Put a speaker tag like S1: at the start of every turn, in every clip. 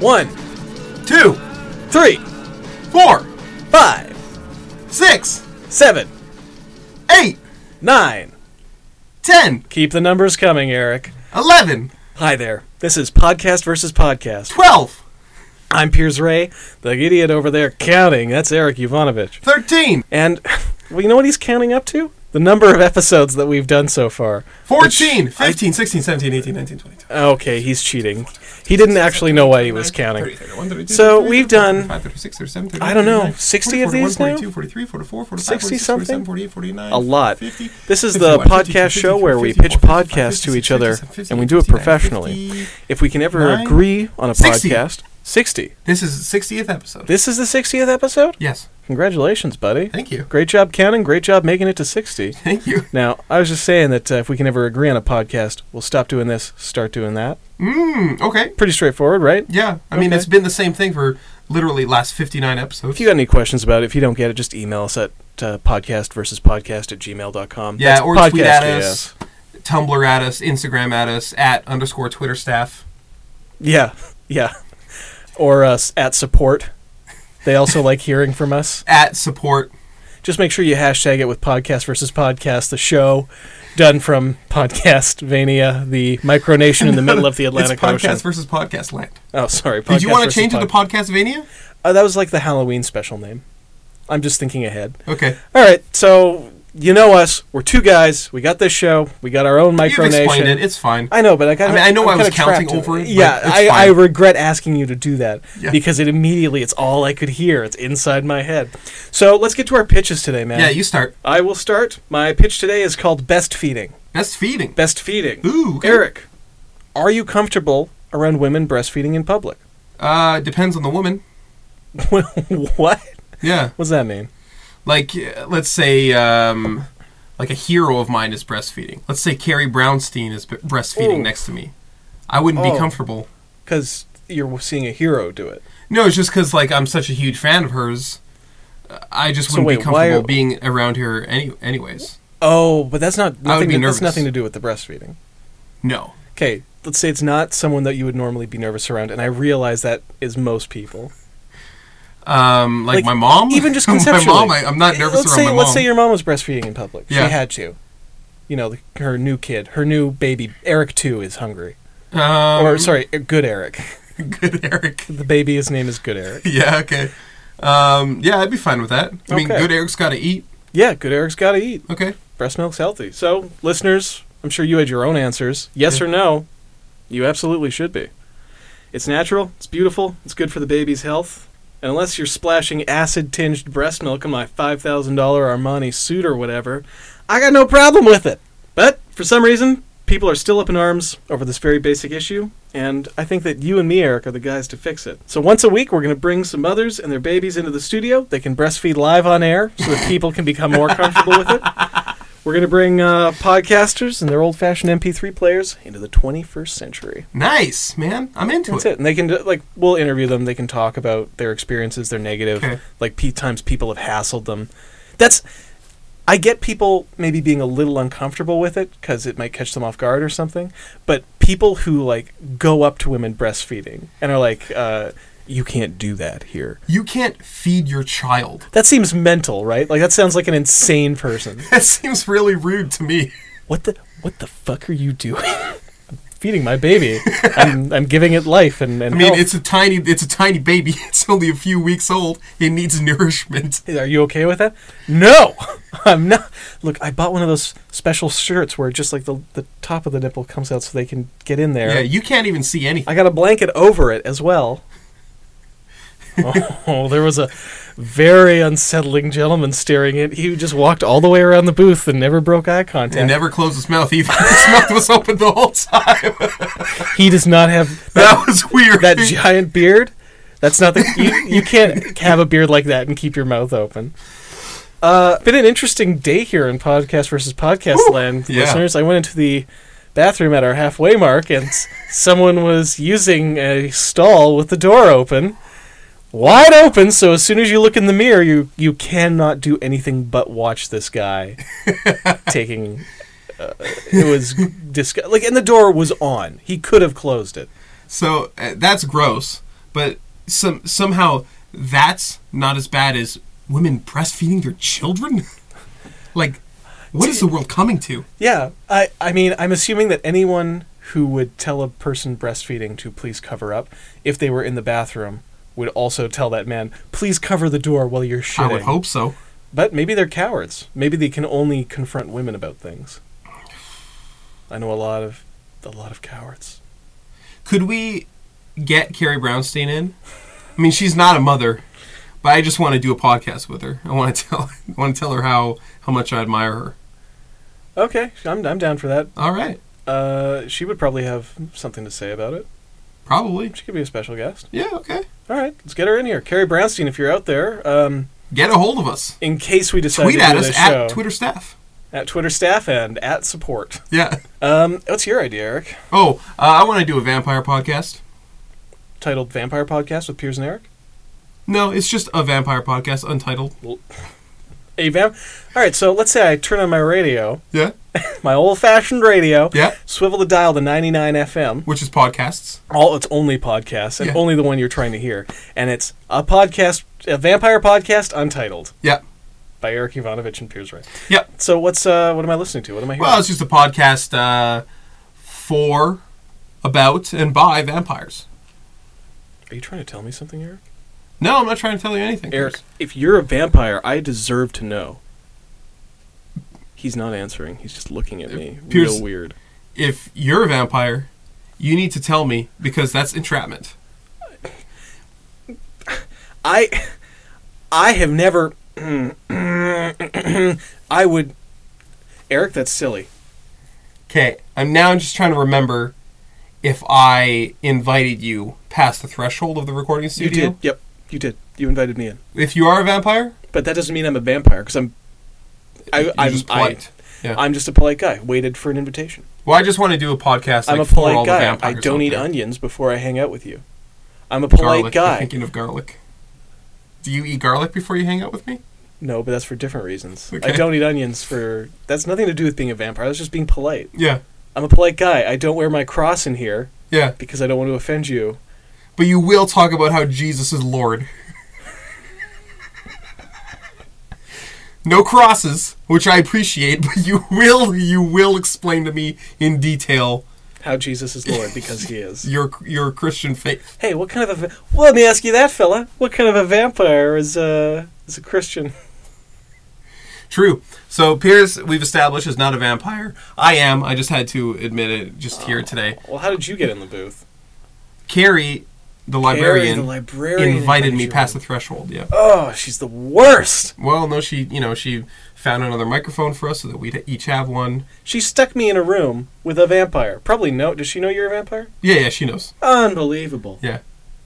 S1: One,
S2: two,
S1: three,
S2: four,
S1: five,
S2: six,
S1: seven,
S2: eight,
S1: nine.
S2: ten,
S1: Keep the numbers coming, Eric.
S2: eleven,
S1: Hi there. This is Podcast versus Podcast.
S2: twelve,
S1: I'm Piers Ray, the idiot over there counting. That's Eric Ivanovich.
S2: thirteen,
S1: And well, you know what he's counting up to? The number of episodes that we've done so far.
S2: fourteen, fifteen, sixteen, seventeen, eighteen, nineteen, twenty, twenty-one,
S1: Okay, he's cheating. He didn't actually know why he was
S2: thirty,
S1: counting.
S2: thirty-one, thirty-two,
S1: So
S2: thirty-three,
S1: we've
S2: thirty-four,
S1: done-
S2: thirty-five, thirty-six, thirty-seven,
S1: I don't know,
S2: thirty-eight, thirty-nine,
S1: 60
S2: 40,
S1: of these
S2: 41,
S1: now?
S2: 42, 43, 44, 45,
S1: 60
S2: 46, 47,
S1: something?
S2: 48, 49,
S1: A lot.
S2: 50,
S1: This is the
S2: 51, 52,
S1: podcast
S2: 53,
S1: show where we
S2: 54,
S1: pitch
S2: 55,
S1: podcasts to
S2: 56,
S1: each other
S2: 57,
S1: and we do it
S2: 59, 50.
S1: professionally. If we can ever
S2: Nine?
S1: agree on a
S2: 60.
S1: podcast, 60.
S2: This is the 60th episode.
S1: This is the 60th episode?
S2: yes.
S1: Congratulations, buddy.
S2: Thank you.
S1: Great job counting. Great job making it to 60.
S2: Thank you.
S1: Now, I was just saying that uh, if we can ever agree on a podcast, we'll stop doing this, start doing that.
S2: Mm, okay.
S1: Pretty straightforward, right?
S2: Yeah. I mean,
S1: Okay.
S2: it's been the same thing for literally last 59 episodes.
S1: If you got any questions about it, if you don't get it, just email us at uh, podcast versus podcast at gmail.com.
S2: Yeah,
S1: That's
S2: or tweet
S1: podcast,
S2: at us. Tumblr at us, Instagram at us, at underscore Twitter staff.
S1: Yeah, yeah. Or us at support. They also like hearing from us.
S2: at support.
S1: Just make sure you hashtag it with podcast versus podcast, the show done from Podcastvania, the micronation in the middle of the Atlantic
S2: it's podcast
S1: Ocean.
S2: versus podcast land.
S1: Oh, sorry.
S2: Did you
S1: podcast
S2: want to
S1: versus
S2: change it to
S1: pod-
S2: Podcastvania?
S1: Uh, that was like the Halloween special name. I'm just thinking ahead.
S2: Okay,
S1: All right, so you know us. We're two guys. We got this show. We got our own
S2: you've explained
S1: micronation.
S2: it. It's fine.
S1: I know, but I got.
S2: I mean, I know
S1: I'm
S2: I was
S1: kinda trapped
S2: counting
S1: in
S2: over it, but
S1: Yeah,
S2: it's
S1: I, I
S2: fine.
S1: regret asking you to do that
S2: Yeah.
S1: because it immediately it's all I could hear. It's inside my head. So let's get to our pitches today, man.
S2: yeah, you start.
S1: I will start. My pitch today is called best feeding.
S2: Best feeding.
S1: Best feeding.
S2: Ooh, okay.
S1: Eric, are you comfortable around women breastfeeding in public?
S2: Uh, depends on the woman.
S1: what?
S2: Yeah,
S1: What's that mean?
S2: like uh, let's say, um, like a hero of mine is breastfeeding. Let's say Carrie Brownstein is b- breastfeeding
S1: Ooh.
S2: next to me. I wouldn't
S1: Oh.
S2: be comfortable.
S1: Because you're seeing a hero do it.
S2: No, it's just because like I'm such a huge fan of hers. uh, I just
S1: So
S2: wouldn't
S1: wait,
S2: be
S1: why are-
S2: comfortable being around her any- anyways.
S1: Oh, but that's not
S2: I
S1: nothing.
S2: would be
S1: to- That's
S2: nervous.
S1: nothing to do with the breastfeeding.
S2: No.
S1: Okay, let's say it's not someone that you would normally be nervous around, and I realize that is most people.
S2: Um, like,
S1: Like,
S2: my mom,
S1: even just
S2: my
S1: conceptually.
S2: mom, I, I'm not nervous
S1: let's
S2: around
S1: say,
S2: my mom.
S1: Let's say your mom was breastfeeding in public.
S2: Yeah.
S1: She had you. You know, the, her new kid, her new baby, Eric too, is hungry.
S2: Um,
S1: or sorry, Good Eric.
S2: good Eric.
S1: The baby, his name is Good Eric.
S2: Yeah, okay. Um, yeah, I'd be fine with that. I mean,
S1: Okay.
S2: good Eric's got to eat.
S1: Yeah, Good Eric's got to eat.
S2: Okay.
S1: Breast milk's healthy. So, listeners, I'm sure you had your own answers. Yes
S2: Yeah.
S1: or no? You absolutely should be. It's natural. It's beautiful. It's good for the baby's health. And unless you're splashing acid-tinged breast milk on my $5,000 Armani suit or whatever, I got no problem with it. But for some reason, people are still up in arms over this very basic issue, and I think that you and me, Eric, are the guys to fix it. So once a week, we're going to bring some mothers and their babies into the studio. They can breastfeed live on air so that people can become more comfortable with it. We're going to bring uh, podcasters and their old fashioned MP3 players into the 21st century.
S2: Nice, man. I'm into
S1: That's
S2: it.
S1: it. And they can, do- like, we'll interview them. They can talk about their experiences, their negative,
S2: Okay.
S1: like, P times people have hassled them. That's, I get people maybe being a little uncomfortable with it because it might catch them off guard or something. But people who, like, go up to women breastfeeding and are like, uh, you can't do that here.
S2: You can't feed your child.
S1: That seems mental, right? Like, that sounds like an insane person.
S2: That seems really rude to me.
S1: what the what the fuck are you doing? I'm feeding my baby. I'm I'm giving it life and, and
S2: I mean,
S1: health.
S2: it's a tiny, it's a tiny baby. It's only a few weeks old. It needs nourishment.
S1: Are you okay with that? No, I'm not. Look, I bought one of those special shirts where just like the the top of the nipple comes out so they can get in there.
S2: Yeah, you can't even see anything.
S1: I got a blanket over it as well. oh, there was a very unsettling gentleman staring at. He just walked all the way around the booth and never broke eye
S2: It
S1: contact.
S2: never closed its mouth either. Its mouth was open the whole time.
S1: He does not have
S2: That was weird.
S1: that giant beard. That's not the you, you can't have a beard like that and keep your mouth open. Uh, been an interesting day here in podcast versus podcast land,
S2: yeah.
S1: listeners. I went into the bathroom at our halfway mark, and s- someone was using a stall with the door open, wide open. So as soon as you look in the mirror, you you cannot do anything but watch this guy taking. Uh, it was disgusting. Like, and the door was on. He could have closed it.
S2: So uh, that's gross. But some somehow that's not as bad as women breastfeeding their children. like, what is the world coming to?
S1: Yeah, I, I mean, I'm assuming that anyone who would tell a person breastfeeding to please cover up if they were in the bathroom would also tell that man, please cover the door while you're shitting.
S2: I would hope so.
S1: But maybe they're cowards. Maybe they can only confront women about things. I know a lot of a lot of cowards.
S2: Could we get Carrie Brownstein in? I mean, she's not a mother, but I just want to do a podcast with her. I want to tell I want to tell her how how much I admire her.
S1: Okay, I'm I'm down for that.
S2: All right,
S1: Uh, she would probably have something to say about it.
S2: probably.
S1: She could be a special guest.
S2: Yeah, okay.
S1: All right, let's get her in here, Carrie Brownstein. If you're out there, um,
S2: Get a hold of us.
S1: in case we decide
S2: Tweet
S1: to do
S2: at us
S1: this show
S2: at Twitter staff.
S1: at Twitter staff and at support.
S2: Yeah.
S1: Um, what's your idea, Eric?
S2: Oh, uh, I want to do a vampire podcast.
S1: Titled "Vampire Podcast" with Piers and Eric.
S2: No, it's just a vampire podcast, untitled.
S1: A vamp. All right, so let's say I turn on my radio,
S2: Yeah,
S1: my old-fashioned radio.
S2: yeah.
S1: Swivel the dial to 99 FM.
S2: Which is podcasts.
S1: All it's only podcasts and
S2: Yeah.
S1: only the one you're trying to hear. And it's a podcast, a vampire podcast, untitled
S2: Yeah,
S1: by Eric Ivanovich and Piers Ray.
S2: yeah.
S1: So what's uh, what am I listening to? What am I hearing?
S2: Well, it's just a podcast uh, for, about, and by vampires.
S1: Are you trying to tell me something, Eric?
S2: No, I'm not trying to tell you anything.
S1: Eric, if you're a vampire, I deserve to know. He's not answering. He's just looking at me,
S2: Piers-
S1: real weird.
S2: if you're a vampire, you need to tell me because that's entrapment.
S1: I, I have never. I would, Eric. That's silly.
S2: Okay, I'm now just trying to remember if I invited you past the threshold of the recording
S1: You
S2: studio.
S1: did. Yep, you did. You invited me in.
S2: If you are a vampire,
S1: But that doesn't mean I'm a vampire because I'm. I,
S2: you're
S1: I'm
S2: just polite.
S1: I,
S2: yeah.
S1: I'm just a polite guy. Waited for an invitation.
S2: well, I just want to do a podcast.
S1: I'm a
S2: like, for
S1: polite
S2: all the
S1: guy. I
S2: vampires
S1: don't
S2: out
S1: eat
S2: there.
S1: onions before I hang out with you. I'm a polite
S2: garlic. I'm
S1: guy.
S2: thinking of garlic. Do you eat garlic before you hang out with me?
S1: No, but that's for different reasons. I
S2: Okay.
S1: don't eat onions for. That's nothing to do with being a vampire. That's just being polite.
S2: Yeah,
S1: I'm a polite guy. I don't wear my cross in here
S2: yeah.
S1: because I don't want to offend you.
S2: But you will talk about how Jesus is Lord. no crosses, which I appreciate, but you will you will explain to me in detail
S1: How Jesus is Lord because he is.
S2: your your Christian faith.
S1: Hey, what kind of a. va- Well, let me ask you that, fella. What kind of a vampire is a, is a Christian?
S2: True. So Piers, we've established is not a vampire. I am. I just had to admit it just here today.
S1: Well, how did you get in the booth?
S2: Carrie, the
S1: Harry,
S2: librarian,
S1: the librarian
S2: invited me
S1: you
S2: past
S1: in.
S2: the threshold. Yeah.
S1: Oh, she's the worst.
S2: Well, no, she, you know, she found another microphone for us so that we'd each have one.
S1: She stuck me in a room with a vampire. Probably no. Does she know you're a vampire?
S2: Yeah, yeah, she knows.
S1: Unbelievable.
S2: Yeah.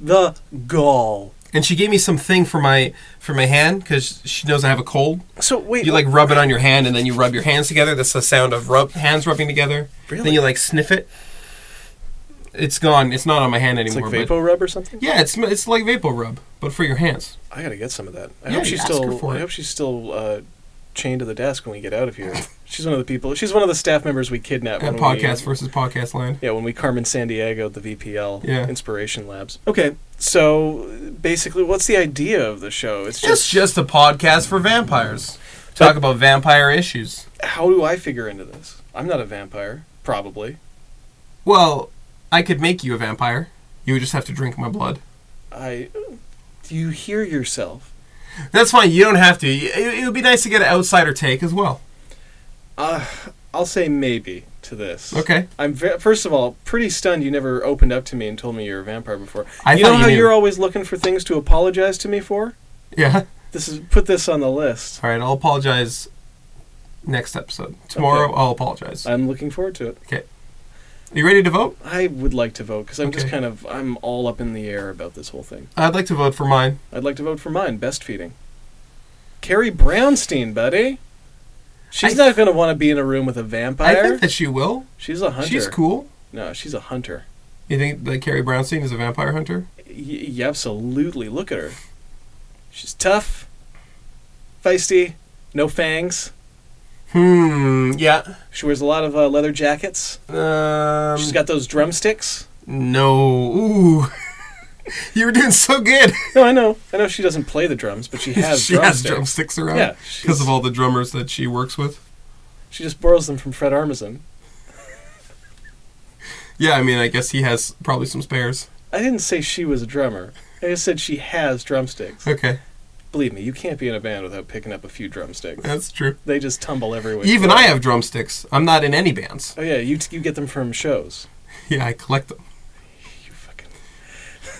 S1: The gall.
S2: And she gave me something for my for my hand because she knows I have a cold.
S1: So wait.
S2: You like rub it on your hand and then you rub your hands together. That's the sound of rub hands rubbing together.
S1: Really?
S2: Then you like sniff it. It's gone. It's not on my hand
S1: it's
S2: anymore.
S1: like
S2: but
S1: vapor rub or something.
S2: yeah, it's it's like vapor rub, but for your hands.
S1: I gotta get some of that. I
S2: Yeah,
S1: hope she's
S2: you ask her
S1: still.
S2: for
S1: I
S2: it.
S1: hope she's still uh, chained to the desk when we get out of here. she's one of the people. She's one of the staff members we kidnapped.
S2: At
S1: when
S2: podcast
S1: We,
S2: versus podcast land.
S1: yeah, when we Carmen San Diego the VPL
S2: Yeah.
S1: Inspiration Labs. Okay, so basically, what's the idea of the show? It's just
S2: It's just a podcast for vampires. Talk about vampire issues.
S1: how do I figure into this? I'm not a vampire, probably.
S2: Well, I could make you a vampire. You would just have to drink my blood.
S1: I. Do you hear yourself?
S2: That's fine. You don't have to. It, it would be nice to get an outsider take as well.
S1: Uh, I'll say maybe to this.
S2: Okay.
S1: I'm ve- first of all pretty stunned you never opened up to me and told me you're a vampire before.
S2: I
S1: you
S2: thought
S1: know
S2: you
S1: how
S2: knew.
S1: you're always looking for things to apologize to me for?
S2: Yeah.
S1: This is put this on the list.
S2: All right. I'll apologize next episode. Tomorrow, I'll apologize. Are
S1: I'm looking forward to it.
S2: you ready to vote?
S1: I would like to vote because I'm just
S2: Okay.
S1: kind of I'm all up in the air about this whole thing.
S2: I'd like to vote for mine.
S1: I'd like to vote for mine. Best feeding. Carrie Brownstein, buddy. She's
S2: I-
S1: not going to want to be in a room with a vampire.
S2: I think that she will.
S1: she's a hunter.
S2: She's cool.
S1: No, she's a hunter.
S2: You think that Carrie Brownstein is a vampire hunter?
S1: Y- y- absolutely. Look at her. She's tough, feisty, no fangs.
S2: Hmm. Yeah.
S1: She wears a lot of uh, leather jackets.
S2: Um,
S1: She's got those drumsticks.
S2: no. Ooh. You were doing so good.
S1: No, I know. I know she doesn't play the drums, but she has
S2: she has
S1: drumsticks.
S2: drumsticks around
S1: Yeah,
S2: because
S1: she's-
S2: of all the drummers that she works with.
S1: She just borrows them from Fred Armisen.
S2: Yeah, I mean, I guess he has probably some spares.
S1: I didn't say she was a drummer. I just said she has drumsticks.
S2: Okay,
S1: Believe me, you can't be in a band without picking up a few drumsticks.
S2: that's true.
S1: They just tumble everywhere.
S2: Even I have drumsticks. I'm not in any bands.
S1: Oh yeah, you you get them from shows.
S2: Yeah, I collect them.
S1: You fucking.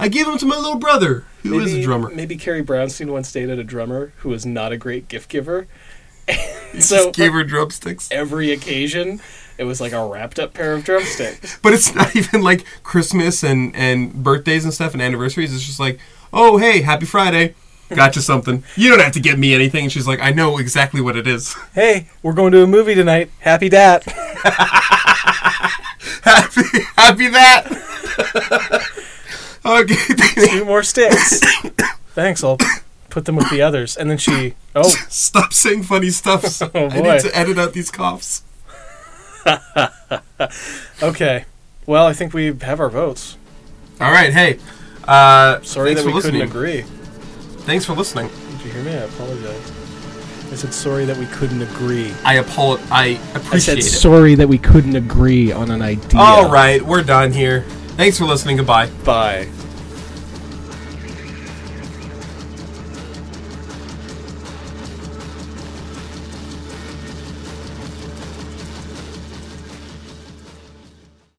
S2: I give them to my little brother, who is a drummer.
S1: Maybe Carrie Brownstein once dated a drummer who was not a great gift giver.
S2: He
S1: so- uh,
S2: just gave her drumsticks.
S1: Every occasion, it was like a wrapped up pair of drumsticks.
S2: But it's not even like Christmas and, and birthdays and stuff and anniversaries. It's just like, oh, hey, happy Friday. Got you something. You don't have to get me anything. And she's like, I know exactly what it is.
S1: hey, we're going to a movie tonight. Happy dat.
S2: happy, happy that. okay.
S1: Two more sticks. Thanks. I'll put them with the others. And then she. Oh,
S2: Stop saying funny stuffs.
S1: Oh,
S2: I
S1: boy.
S2: need to edit out these coughs.
S1: okay. Well, I think we have our votes.
S2: All right, hey. Uh,
S1: Sorry
S2: thanks
S1: that we
S2: for listening.
S1: couldn't agree.
S2: Thanks for listening.
S1: Did you hear me? I apologize. I said sorry that we couldn't agree.
S2: I apol. I
S1: I
S2: appreciate
S1: said
S2: it.
S1: sorry that we couldn't agree on an idea.
S2: All right, we're done here. Thanks for listening. Goodbye.
S1: Bye.